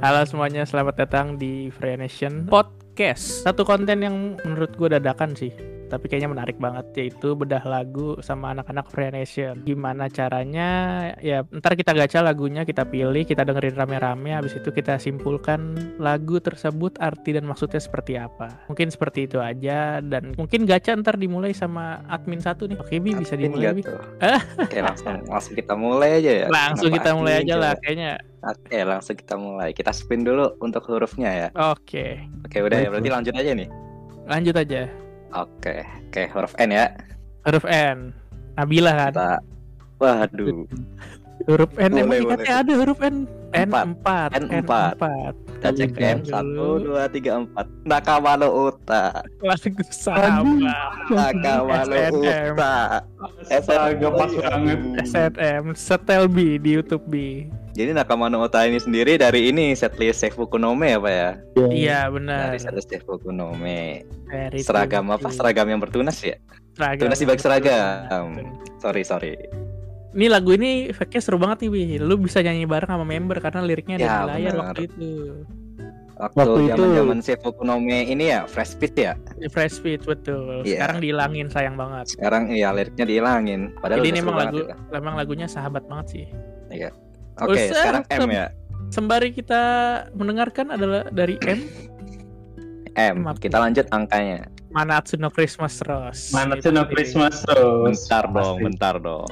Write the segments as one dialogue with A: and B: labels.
A: Halo semuanya, selamat datang di Freya Nation Podcast. Satu konten yang menurut gue dadakan sih, tapi kayaknya menarik banget yaitu bedah lagu sama anak-anak Freya Nation. Gimana caranya? Ya, ntar kita gacha lagunya, kita pilih, kita dengerin rame-rame, habis itu kita simpulkan lagu tersebut arti dan maksudnya seperti apa. Mungkin seperti itu aja dan mungkin gacha ntar dimulai sama admin satu nih. Oke, Bi, bisa
B: Admin
A: dimulai,
B: nggak
A: Bi.
B: tuh? Oke langsung langsung kita mulai aja ya.
A: Langsung
B: Kenapa
A: kita mulai
B: admin
A: aja lah
B: coba?
A: kayaknya.
B: Oke langsung kita mulai. Kita spin dulu untuk hurufnya ya.
A: Oke,
B: Oke udah ya
C: Baik,
B: berarti
C: Bro.
B: lanjut aja nih.
A: lanjut aja.
B: Oke oke huruf N ya.
A: Huruf N. Nabila kan?
B: Kita waduh
A: Huruf N
B: Boleh,
A: emang
B: boleh.
A: ikatnya ada huruf N N
B: Empat.
A: 4
B: N empat. kita cek
A: Lanjut
B: N satu
A: dulu.
B: dua tiga empat. Nakamano Uta.
A: Langsung sama
B: Nakamano
A: SNM.
B: Uta.
C: Astaga,
B: SNM.
C: pas banget.
A: SNM Setel B di YouTube B
B: Jadi Nakamano Uta ini sendiri dari ini setlist Seifuku no Me apa ya?
A: Iya benar
B: Dari setlist Seifuku no Me.
A: Dari
B: Seragam
A: Tunas
B: apa?
A: B.
B: Seragam yang bertunas ya?
A: Seragam
B: Tunas dibalik seragam.
A: Betul.
B: Sorry sorry.
A: Ini lagu ini efeknya seru banget nih Bi Lu bisa nyanyi bareng sama member Karena liriknya ada
B: Ya,
A: di layar
B: benar.
A: waktu itu
C: Waktu
B: waktu
C: itu-
B: zaman-zaman Seifuku no Me ini ya fresh pitch ya
A: Di Fresh Speech betul
B: Iya.
A: Sekarang dihilangin sayang banget
B: sekarang ya liriknya dihilangin
A: Jadi
B: padahal udah
A: ini
B: seru
A: emang
B: banget
A: lagu
B: itu.
A: Emang lagunya sahabat banget sih
B: oke
A: Usah
B: sekarang M
A: tem-
B: ya
A: Sembari kita mendengarkan adalah dari M
B: M
A: Maaf.
B: kita lanjut angkanya
A: Manatsu no Christmas Gitu Rose.
C: Mana
B: Iya.
A: Itu
C: tuh no
A: sih.
C: Christmas Rose?
B: bentar dong
C: Pasti.
B: bentar dong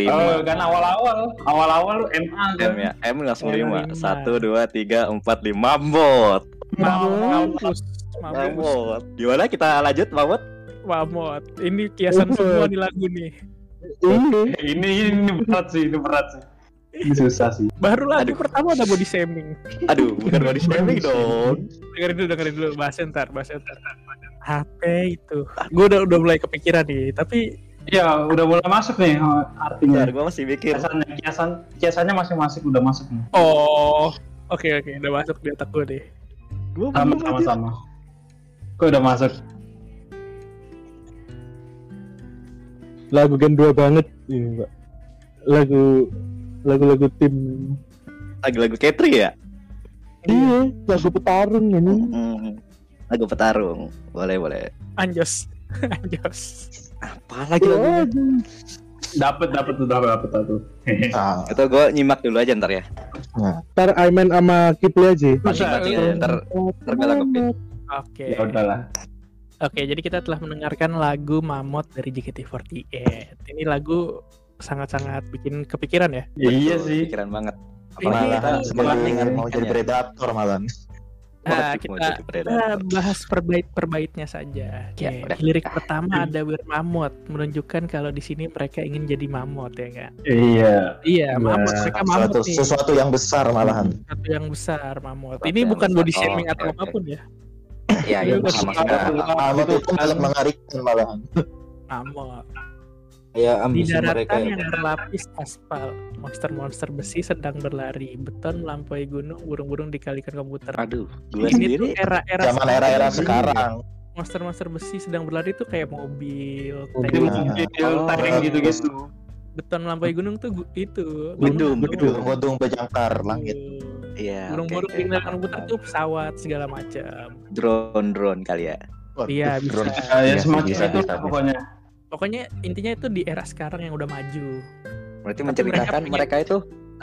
C: Oh,
B: lima
C: kan awal-awal, awal-awal lu MA kan.
B: M ya M langsung
A: M
B: lima
A: lima.
B: satu dua tiga empat lima bot
C: Nah,
A: Mampus, mampus,
B: bot gimana kita lanjut bot
A: mamot. Ini kiasan semua di lagu nih.
C: Ini ini ini berat sih, ini berat sih. Ini susah sih.
A: Baru lagu
B: Aduh.
A: pertama ada body shaming.
B: aduh bukan body shaming dong
A: Dengerin dulu, dengerin dulu. Bahas ntar, bahas ntar. HP itu. Gue udah udah mulai kepikiran nih, tapi
C: Ya, udah mulai masuk nih oh,
B: bentar
C: artinya.
B: gua masih mikir
C: Kiasannya, kiasan, kiasannya masih masuk, udah masuk nih.
A: oh, oke oke, udah masuk di otak gue deh.
B: gua
C: Sama,
B: belum
C: sama,
B: aja.
C: sama. Kok udah masuk?
D: lagu gen 2 banget ini mbak lagu lagu-lagu tim
B: lagu-lagu Katri ya
D: iya lagu petarung ya, ini
B: Hmm, lagu petarung boleh boleh
A: Anjos, anjos.
B: apa lagi lagunya
C: Dapat, dapat, udah dapat tuh.
D: Ah,
B: itu gua nyimak dulu aja ntar ya
D: ntar Aiman sama Kipli aja
A: Iya,
B: Pancing pancing aja ya, ntar ntar gua tanggepin
A: Oke.
C: ya udahlah.
A: Oke, jadi kita telah mendengarkan lagu Mamot dari JKT48. Ini lagu sangat-sangat bikin kepikiran ya.
C: Ya, iya
B: Betul,
C: sih.
B: Pikiran banget.
A: Malahan
B: semangat
E: kan?
B: dengan
D: mau jadi predator malam
A: Nah,
B: wajib mau
A: kita
B: jadi predator.
A: kita bahas perbaik-perbaiknya saja. Oke,
B: Ya, udah.
A: di lirik pertama ada We're Mamot menunjukkan kalau di sini mereka ingin jadi mamot ya enggak?
C: Iya.
A: Iya, mamot
C: Nah,
A: mereka mamot nih.
D: sesuatu yang besar malahan
A: Satu yang besar mamot.
B: Sesuatu
A: Ini
B: yang
A: bukan
B: besar.
A: body shaming
B: Oh, oke,
A: atau
B: oke.
A: apapun ya.
B: Iya, iya,
A: Iya,
B: sama
A: betul.
B: sekali.
E: Iya.
D: amat
C: Itu
D: Nah, itu malah mengerikan malahan
A: Mamot.
D: ya
B: Hmm,
A: Di daratan yang berlapis aspal, monster-monster besi sedang berlari, beton melampaui gunung, burung-burung dikalikan komputer.
B: Aduh, Ah, gua
A: Ini
B: sendiri
A: tuh era-era
D: zaman
A: sekarang.
D: era-era
B: Iya.
D: sekarang
A: monster-monster besi sedang berlari tuh kayak mobil,
C: Itu
A: tank,
D: Nah.
C: mobil,
B: Oh,
C: tank gitu-gitu.
A: beton melampaui gunung tuh gu- itu.
B: Gedung,
A: Gunung-
B: gedung.
D: gedung berjangkar langit
B: iya.
A: Hmm. Burung-burung
B: oke, oke.
A: dikendalikan komputer tuh pesawat segala macam.
B: drone-drone kali ya.
A: Iya, bisa.
C: Ya, ya
D: Iya,
C: semacam
D: bisa,
C: itu
D: bisa,
C: lah
D: bisa.
C: pokoknya.
A: Pokoknya intinya itu di era sekarang yang udah maju. Tapi
B: Berarti menceritakan
A: mereka
B: mereka itu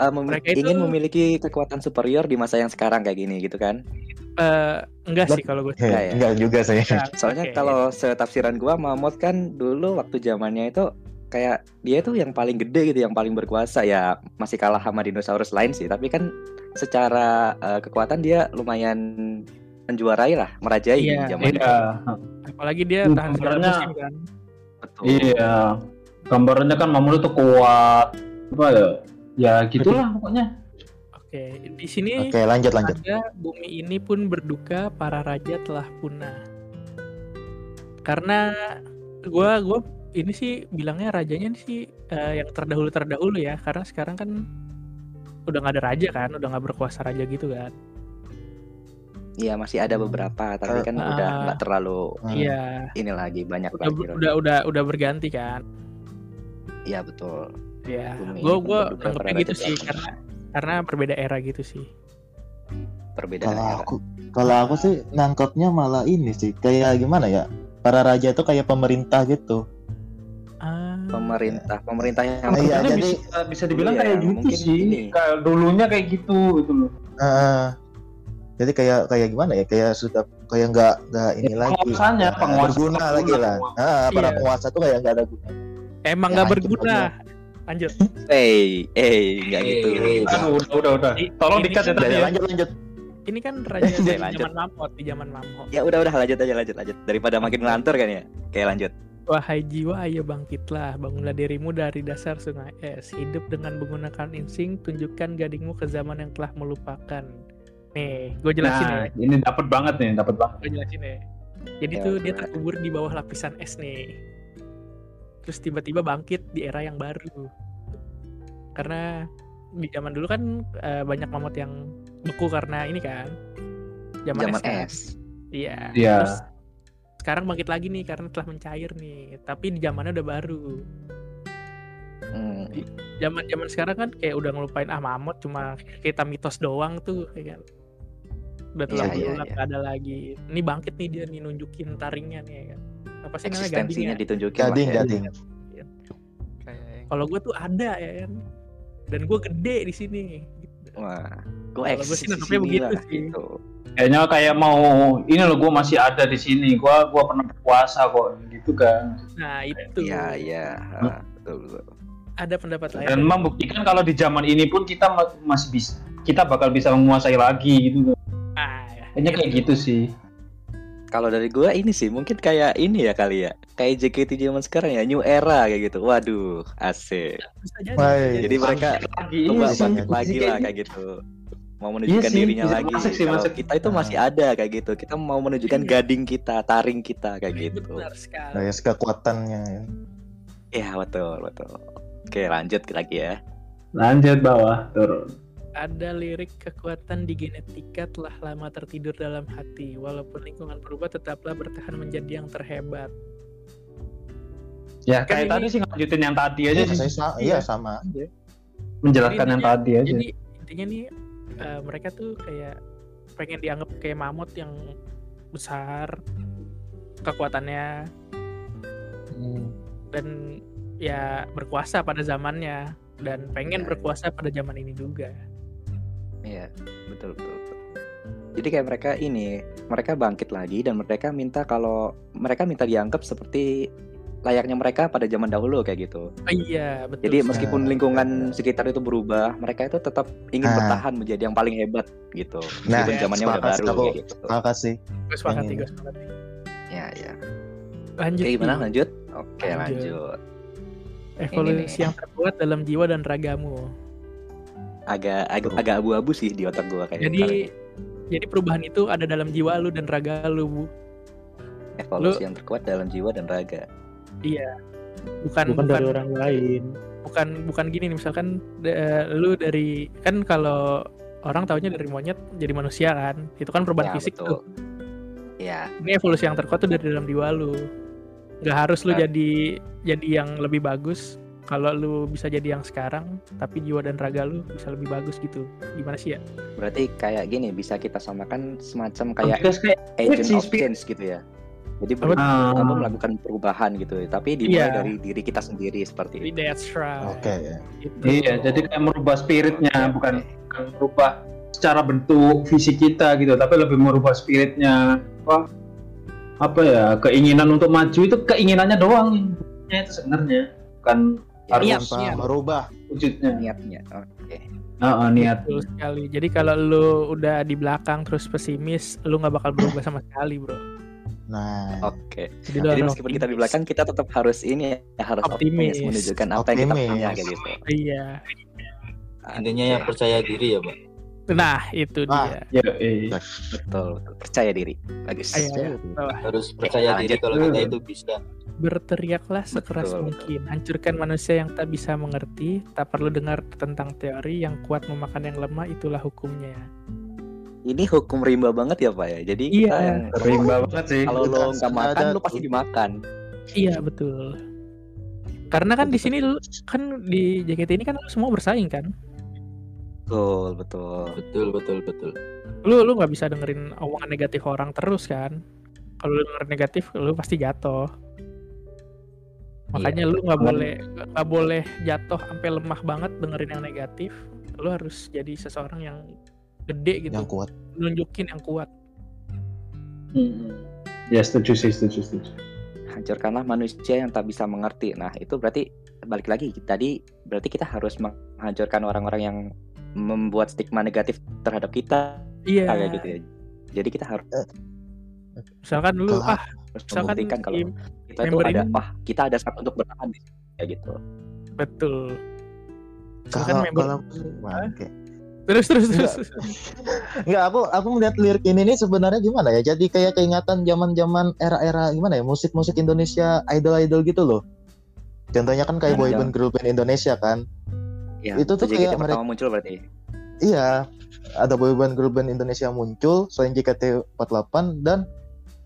B: uh, mem-
A: mereka itu-
B: ingin memiliki kekuatan superior di masa yang sekarang kayak gini gitu kan.
A: Eh enggak sih kalau gue.
D: Heh,
B: Kayak-
D: enggak juga sih
B: Soalnya
A: Oke.
B: kalau setafsiran gua Mamot kan dulu waktu zamannya itu kayak dia tuh yang paling gede gitu, yang paling berkuasa ya masih kalah sama dinosaurus lain sih, tapi kan secara uh, kekuatan dia lumayan menjuarai lah, merajai
A: Iya.
B: di zamannya.
C: Iya.
A: apalagi dia
C: Hmm,
A: tahan segala
C: sebenarnya-
A: musim kan.
B: Betul.
C: Iya. Gambarnya kan Mamoru tuh kuat. Apa ya? Ya gitulah pokoknya.
A: Oke, di sini
D: oke lanjut lanjut
A: ada bumi ini pun berduka para raja telah punah. Karena gua gua ini sih bilangnya rajanya sih eh, yang terdahulu terdahulu ya karena sekarang kan udah nggak ada raja kan udah nggak berkuasa raja gitu kan
B: Iya masih ada beberapa, tapi kan
A: Ah.
B: udah nggak terlalu
D: Hmm.
A: iya
E: Ah.
B: ini lagi banyak
A: udah,
B: lagi.
A: udah udah udah berganti kan
B: Iya betul.
A: ya
B: Bumi
A: gua
B: ini
A: gua
B: berduka
A: nangkepnya
B: karena
A: gitu
B: tidak
A: sih
B: pernah.
A: karena karena berbeda era gitu sih
B: perbedaan
E: Kalau
B: era.
E: aku, kalau aku sih nangkapnya malah ini sih. Kayak gimana ya? Para raja itu kayak pemerintah gitu.
A: Ah.
B: pemerintah pemerintah yang
E: Nah, iya,
C: Maksudnya
E: jadi-
C: bisa, bisa dibilang
B: Iya,
C: kayak gitu
B: mungkin
C: sih.
B: ini.
C: Kayak dulunya kayak gitu gitu loh.
E: Heeh. jadi kayak kayak gimana ya? Kayak sudah kayak nggak nggak ini
C: Ya,
E: lagi.
C: penguasanya,
E: Nggak
C: penguasa
E: berguna
C: pengguna,
E: lagi lah.
C: penguasa.
E: Heeh, para
A: Iya.
E: penguasa tuh kayak nggak ada guna.
A: Emang
E: Ya,
A: nggak
E: hancur
A: berguna. Lanjut.
B: eh eh nggak gitu
C: Eh, Aduh, udah udah udah.
A: I-
C: Tolong
A: ini
C: dikat ya
A: kan-
C: tadi
E: Udah,
C: ya.
E: lanjut lanjut.
A: Ini kan raja
B: Lanjut,
A: di
B: lanjut.
A: zaman Mamot, di zaman Mamot.
B: ya udah udah lanjut aja lanjut lanjut daripada makin ngelantur kan ya oke lanjut
A: Wahai jiwa, ayo bangkitlah, bangunlah dirimu dari dasar sungai es. Hidup dengan menggunakan insting, tunjukkan gadingmu ke zaman yang telah melupakan. Nih, gue jelasin ya.
C: nah, ini dapat banget nih, dapat banget.
A: Gue jelasin ya. Jadi
B: Ya,
A: tuh dia
B: gimana?
A: terkubur di bawah lapisan es nih. Terus tiba-tiba bangkit di era yang baru. Karena di zaman dulu kan eh, banyak mamut yang beku karena ini kan. Zaman,
B: zaman
A: es. kan.
B: es
A: Iya.
C: Iya.
A: Terus sekarang bangkit lagi nih karena telah mencair nih. Tapi di zamannya udah baru.
B: Hmm.
A: zaman zaman sekarang kan kayak udah ngelupain ah mamut cuma kita mitos doang tuh ya kan udah terlalu gelap
B: Iya, iya, iya. Hmm.
A: nggak ada lagi ini bangkit nih dia nih nunjukin taringnya nih ya kan apa sih namanya
B: eksistensinya
A: gadingnya
B: ditunjukin
E: Gading
B: Mas, ya.
E: gading.
A: kalau gue tuh ada ya kan dan gue gede di sini
B: wah gue
A: Kalau gua sih
B: eksis di
A: nangkepnya
B: sini
A: begitu
B: lah,
A: sih.
B: gitu.
C: Kayaknya kayak mau ini loh gue masih ada di sini. Gua gua pernah berpuasa kok gitu kan.
A: nah itu
B: Iya iya, ah, betul betul.
A: ada pendapat lain
C: Dan membuktikan kalau di zaman ini pun kita ma- masih bisa kita bakal bisa menguasai lagi gitu.
A: Ah, ya.
C: Kayaknya kayak gitu sih.
B: Kalau dari gua ini sih mungkin kayak ini ya kali ya, kayak JKT zaman sekarang ya, new era kayak gitu. Waduh, asik.
A: bisa jadi,
E: Wah,
A: bisa
B: Jadi mereka
C: lagi
A: Iya
C: ini
B: coba
C: sih.
B: bangkit lagi
C: Kayak
B: lah
C: gitu.
B: kayak gitu. Mau menunjukkan
C: sih,
B: dirinya
A: Iya
C: bisa
B: lagi.
C: masuk sih,
B: Kalau
C: masuk.
B: kita itu masih ada kayak gitu. Kita mau menunjukkan
A: Nah. Iya.
B: gading kita, taring kita kayak
A: jadi.
B: gitu.
A: benar sekali
E: Kayak Nah, kekuatannya. ya.
B: Iya, betul, betul. Oke, lanjut lagi ya.
C: Lanjut bawah turun.
A: ada lirik kekuatan di genetika telah lama tertidur dalam hati walaupun lingkungan berubah tetaplah bertahan menjadi yang terhebat
C: Ya
A: Kan
C: kayak
A: ini-
C: tadi sih lanjutin yang tadi aja
E: Iya,
C: sih.
E: saya sa- Iya sama.
C: Menjelaskan yang
A: Intinya-
C: tadi aja.
A: jadi intinya nih eh, mereka tuh kayak pengen dianggap kayak mamut yang besar kekuatannya dan ya berkuasa pada zamannya dan pengen
B: Ya.
A: berkuasa pada zaman ini juga
B: Iya, betul, betul betul. Jadi kayak mereka ini, mereka bangkit lagi dan mereka minta kalau mereka minta dianggap seperti layaknya mereka pada zaman dahulu kayak gitu.
A: Oh iya betul
B: Jadi
A: sekali.
B: meskipun
E: Nah,
B: lingkungan
E: betul.
B: sekitar itu berubah, mereka itu tetap ingin
E: Ah.
B: bertahan menjadi yang paling hebat gitu.
E: Nah,
B: Meskipun zamannya udah
E: sepakat, Ah.
B: baru
E: sepakat.
B: kayak gitu.
E: Makasih.
A: gue sepakat
E: pengen.
A: gue sepakat
B: Ya, ya.
A: lanjut
B: Oke, gimana
A: nih.
B: lanjut? Oke,
A: Lanjut.
B: lanjut.
A: evolusi
B: Ini nih.
A: yang terkuat dalam jiwa dan ragamu
B: Agak agak agak abu-abu sih di otak gua kayak
A: jadi jadi perubahan itu ada dalam jiwa lu dan raga lu Bu.
B: evolusi yang terkuat dalam jiwa dan raga.
A: Kan bukan
D: bukan dari orang lain
A: bukan bukan gini nih misalkan da- lu dari kan kalau orang taunya dari monyet jadi manusia kan itu kan perubahan
B: Ya,
A: fisik tuh
B: betul. Ya,
A: ini evolusi yang terkuat tuh dari dalam jiwa lu nggak harus lu
B: Nah.
A: jadi jadi yang lebih bagus kalau lu bisa jadi yang sekarang tapi jiwa dan raga lu bisa lebih bagus gitu gimana sih ya
B: Berarti kayak gini bisa kita samakan semacam kayak
C: Podcast kayak
B: agent
C: sih,
B: of
C: Spi.
B: change gitu ya. Jadi
A: Apa?
B: ber-
C: Ah.
B: kamu melakukan perubahan gitu, tapi dimulai
A: Iya.
B: dari diri kita sendiri seperti
A: jadi
B: itu.
A: that's right
E: Oke. ya.
A: Gitu.
C: Iya, jadi kayak merubah spiritnya, bukan bukan merubah secara bentuk fisik kita gitu, tapi lebih merubah spiritnya. Apa, apa ya keinginan untuk maju itu keinginannya doang, ya, itu sebenarnya bukan harus
A: Niat,
E: Harus
A: niat.
E: merubah.
C: wujudnya.
A: Iya.
B: niatnya. Oke.
C: Ah, ah, niat.
A: Betul sekali. Jadi kalau lu udah di belakang terus pesimis, lu nggak bakal berubah sama sekali, bro.
E: Nah,
B: Oke.
A: Jadi, lu
B: Jadi
A: harus
B: meskipun kita di
A: optimis.
B: belakang kita tetap harus ini ya, harus optimis,
A: Optimis.
B: menunjukkan apa yang kita punya kayak gitu.
A: Iya.
F: Intinya ya percaya diri ya, Pak.
A: Nah itu
E: Ah.
A: dia.
C: Ya, eh.
B: Betul, betul. Percaya diri. Bagus.
E: Iya,
B: Nah,
A: Ayo, ayo. Bawah.
F: Harus percaya
B: Lanjut.
F: diri kalau kita itu bisa.
A: Berteriaklah sekeras
B: Betul,
A: mungkin. Hancurkan manusia yang tak bisa mengerti. Tak perlu dengar tentang teori yang kuat memakan yang lemah. Itulah hukumnya.
B: Ini hukum rimba banget ya, Pak ya. Jadi
A: Iya.
B: kita yang
C: Rimba banget sih.
B: kalau
E: Kita
B: lo nggak
E: sudah
B: makan,
E: ada
B: lo pasti dimakan.
A: Iya betul. kan? Karena kan di sini lu- kan di JKT ini kan lu semua bersaing kan.
B: Betul, betul.
F: betul betul betul
A: lu lu nggak bisa dengerin omongan negatif orang terus kan kalau lu dengerin negatif lu pasti jatuh makanya lu nggak
C: Cuman-
A: boleh nggak boleh jatuh sampai lemah banget dengerin yang negatif lu harus jadi seseorang yang gede gitu
E: yang kuat
A: nunjukin yang kuat
C: Ya setuju sih, setuju, setuju.
B: Hancurkanlah manusia yang tak bisa mengerti. Nah, itu berarti balik lagi tadi berarti kita harus menghancurkan orang-orang yang membuat stigma negatif terhadap kita
A: iya
B: kayak gitu ya. Jadi kita harus
A: misalkan lu
E: Kalau-
A: ah misalkan
B: membuktikan kalau
A: im-
B: kita itu
A: member
B: ada
A: ini-
B: wah, kita ada saat untuk bertahan di sini. kayak gitu.
A: betul misalkan
E: kalau
A: member
E: kalau Wah, oke.
A: terus terus terus
E: Enggak. Nggak, aku aku melihat lirik ini nih sebenarnya gimana ya? Jadi kayak keingatan zaman-zaman era-era gimana ya? Musik-musik Indonesia, idol-idol gitu loh. Contohnya kan kayak
A: Iya,
B: Ada.
E: boyband girl band Indonesia kan.
B: Ya,
E: Itu tuh
B: JKT
E: kayak
B: pertama muncul berarti.
E: Iya, ada boyband girl band Indonesia muncul selain JKT48 dan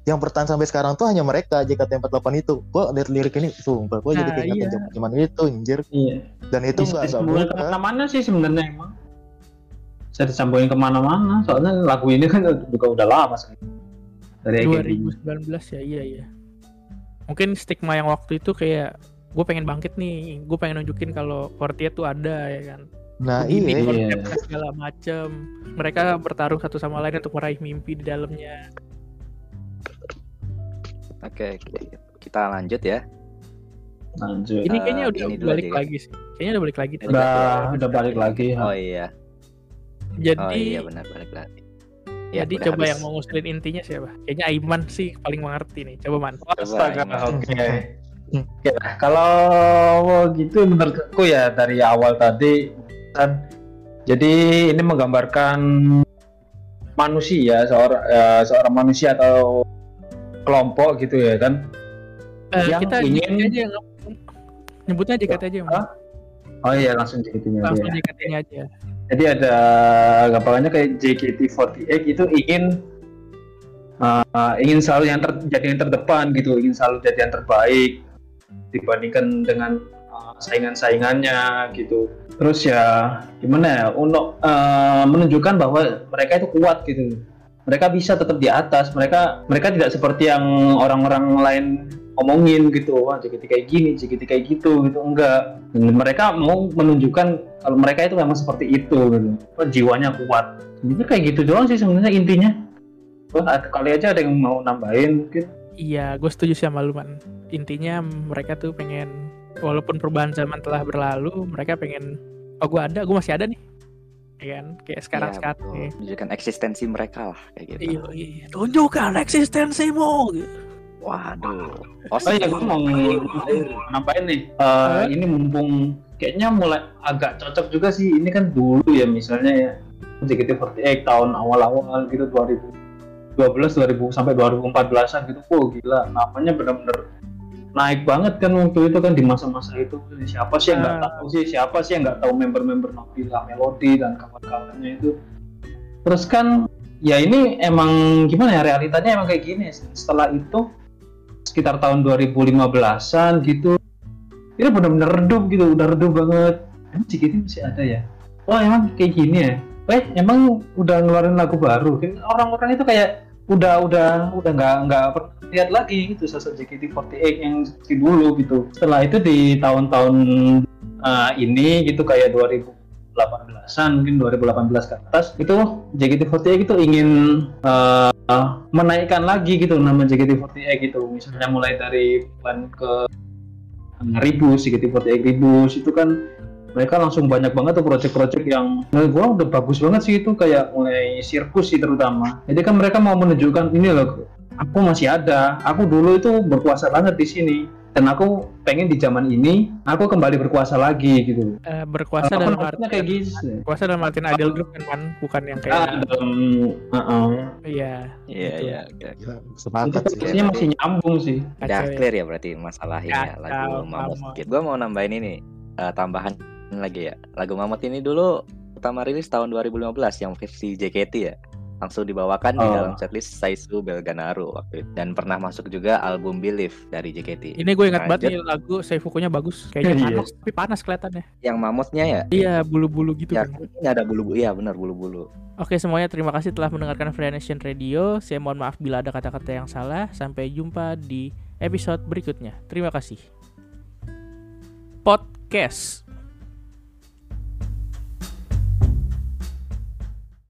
E: yang bertahan sampai sekarang tuh hanya mereka JKT48 itu. Gua lihat lirik ini sumpah gua jadi
A: Nah,
E: keingatan
A: iya.
E: zaman-zaman itu anjir.
C: Iya.
E: Dan itu
C: Bisa
E: enggak enggak
C: disambungin
E: bukan.
C: kemana-mana sih sebenarnya emang. Bisa disambungin kemana-mana, soalnya lagu ini kan juga udah lama sebenarnya. Dari EGB.
A: 2019 ya iya iya mungkin stigma yang waktu itu kayak gue pengen bangkit nih gue pengen nunjukin kalau Fortia tuh ada ya kan
E: Nah,
A: Ini
E: iya.
C: Iya.
A: konsepnya segala macam. Mereka bertaruh satu sama lain untuk meraih mimpi di dalamnya.
B: Oke, kita lanjut ya.
C: Lanjut.
A: Ini
B: Eh,
A: kayaknya udah
B: ini dulu
A: balik
B: aja ya.
A: lagi sih. Kayaknya udah balik lagi.
B: Ini
C: Udah, udah balik lagi.
B: Oh iya.
A: Jadi
B: Oh iya benar balik lagi. Ya,
A: jadi
B: udah
A: coba
B: habis.
A: yang mau ngusulin intinya siapa? Kayaknya Aiman sih paling mengerti nih. Coba Man.
C: Astaga,
B: Coba,
C: oke.
E: Hmm.
C: Oke lah, kalau gitu menurut aku ya dari awal tadi kan jadi ini menggambarkan manusia seorang eh, seorang manusia atau kelompok gitu ya kan.
A: Eh,
C: Yang
A: kita
C: ingin-
A: JKT aja yang ngomong. nyebutnya JKT aja, Man.
C: Hah? Oh iya langsung JKT-nya
A: Langsung
C: aja.
A: JKT-nya aja.
C: Jadi ada gambarannya kayak JKT48 itu ingin uh, ingin selalu yang ter- jadi yang terdepan gitu, ingin selalu jadi yang terbaik dibandingkan dengan uh, saingan-saingannya gitu. Terus ya gimana ya untuk uh, menunjukkan bahwa mereka itu kuat gitu. Mereka bisa tetap di atas. Mereka mereka tidak seperti yang orang-orang lain omongin gitu. Wah, JKT kayak gini, JKT kayak gitu gitu. Enggak. Dan mereka mau menunjukkan kalau mereka itu memang seperti itu gitu. Wah, jiwanya kuat. Itu kayak gitu doang sih sebenarnya intinya. Wah, ada- kali aja ada yang mau nambahin mungkin.
A: Iya, gue setuju sih sama lu, Man. Intinya mereka tuh pengen walaupun perubahan zaman telah berlalu, mereka pengen oh gue ada, gue masih ada nih. Ya kan? Kayak ya.
B: Iya,
A: sekarang-sekarang.
B: betul.
A: nih.
B: Menunjukkan eksistensi mereka lah kayak gitu.
A: Iya, iya. tunjukkan eksistensimu.
B: Waduh.
C: Oh iya, gue mau nambahin nih. Eh, ini mumpung kayaknya mulai agak cocok juga sih. Ini kan dulu ya misalnya ya JKT48 tahun awal-awal gitu 2012 2000 sampai 2014an gitu. Oh gila, namanya bener-bener naik banget kan waktu itu kan di masa-masa itu siapa sih yang nggak
A: Ah.
C: tahu sih siapa sih yang nggak tahu member-member Nobila, Melody dan kawan-kawannya itu terus kan ya ini emang gimana ya realitanya emang kayak gini setelah itu sekitar tahun 2015an gitu ini benar-benar redup gitu udah redup banget emang JKT masih ada ya oh emang kayak gini ya eh emang udah ngeluarin lagu baru Kan orang-orang itu kayak udah udah udah nggak nggak pernah lihat lagi gitu sosok JKT48 yang seperti dulu gitu setelah itu di tahun-tahun eh, ini gitu kayak 2018an mungkin 2018 ke atas itu JKT48 itu ingin eh, menaikkan lagi gitu nama JKT48 gitu misalnya mulai dari bulan ke ribu JKT48 ribu itu kan mereka langsung banyak banget tuh project-project yang menurut gua udah bagus banget sih itu kayak mulai sirkus sih terutama jadi kan mereka mau menunjukkan ini loh aku masih ada aku dulu itu berkuasa banget di sini dan aku pengen di zaman ini aku kembali berkuasa lagi gitu
A: Eh, berkuasa
C: Aku
A: dalam
C: maksudnya
A: arti
C: kayak gitu
A: berkuasa dalam artian idol group kan Man. bukan yang
C: Ah,
A: kayak
C: dalam uh-uh.
A: iya
B: Iya
A: Gitu.
B: iya. oke.
E: Gila,
C: Itu
E: Sepakat sih.
C: kayaknya masih nyambung sih.
B: Udah
A: kacau ya.
B: clear ya berarti masalahnya ya,
A: Kacau,
B: lagu Mamut.
A: Mamut.
B: Gue mau nambahin ini eh, tambahan lagi ya. Lagu Mamut ini dulu pertama rilis tahun 2015 yang versi JKT ya. langsung dibawakan di
C: Oh.
B: dalam setlist Saizu Belganaru waktu itu dan pernah masuk juga album Believe dari JKT.
A: Ini gue ingat banget
B: Lanjut.
A: nih lagu Seifukunya bagus. Kayaknya
C: Iya.
A: panas, tapi panas kelihatannya.
B: Yang mamutnya ya?
A: Iya, bulu-bulu gitu.
B: Ya,
A: kan.
B: ini ada bulu-bulu. Iya, benar bulu-bulu.
A: Oke semuanya, terima kasih telah mendengarkan Free Nation Radio. Saya mohon maaf bila ada kata-kata yang salah. Sampai jumpa di episode berikutnya. Terima kasih. Podcast.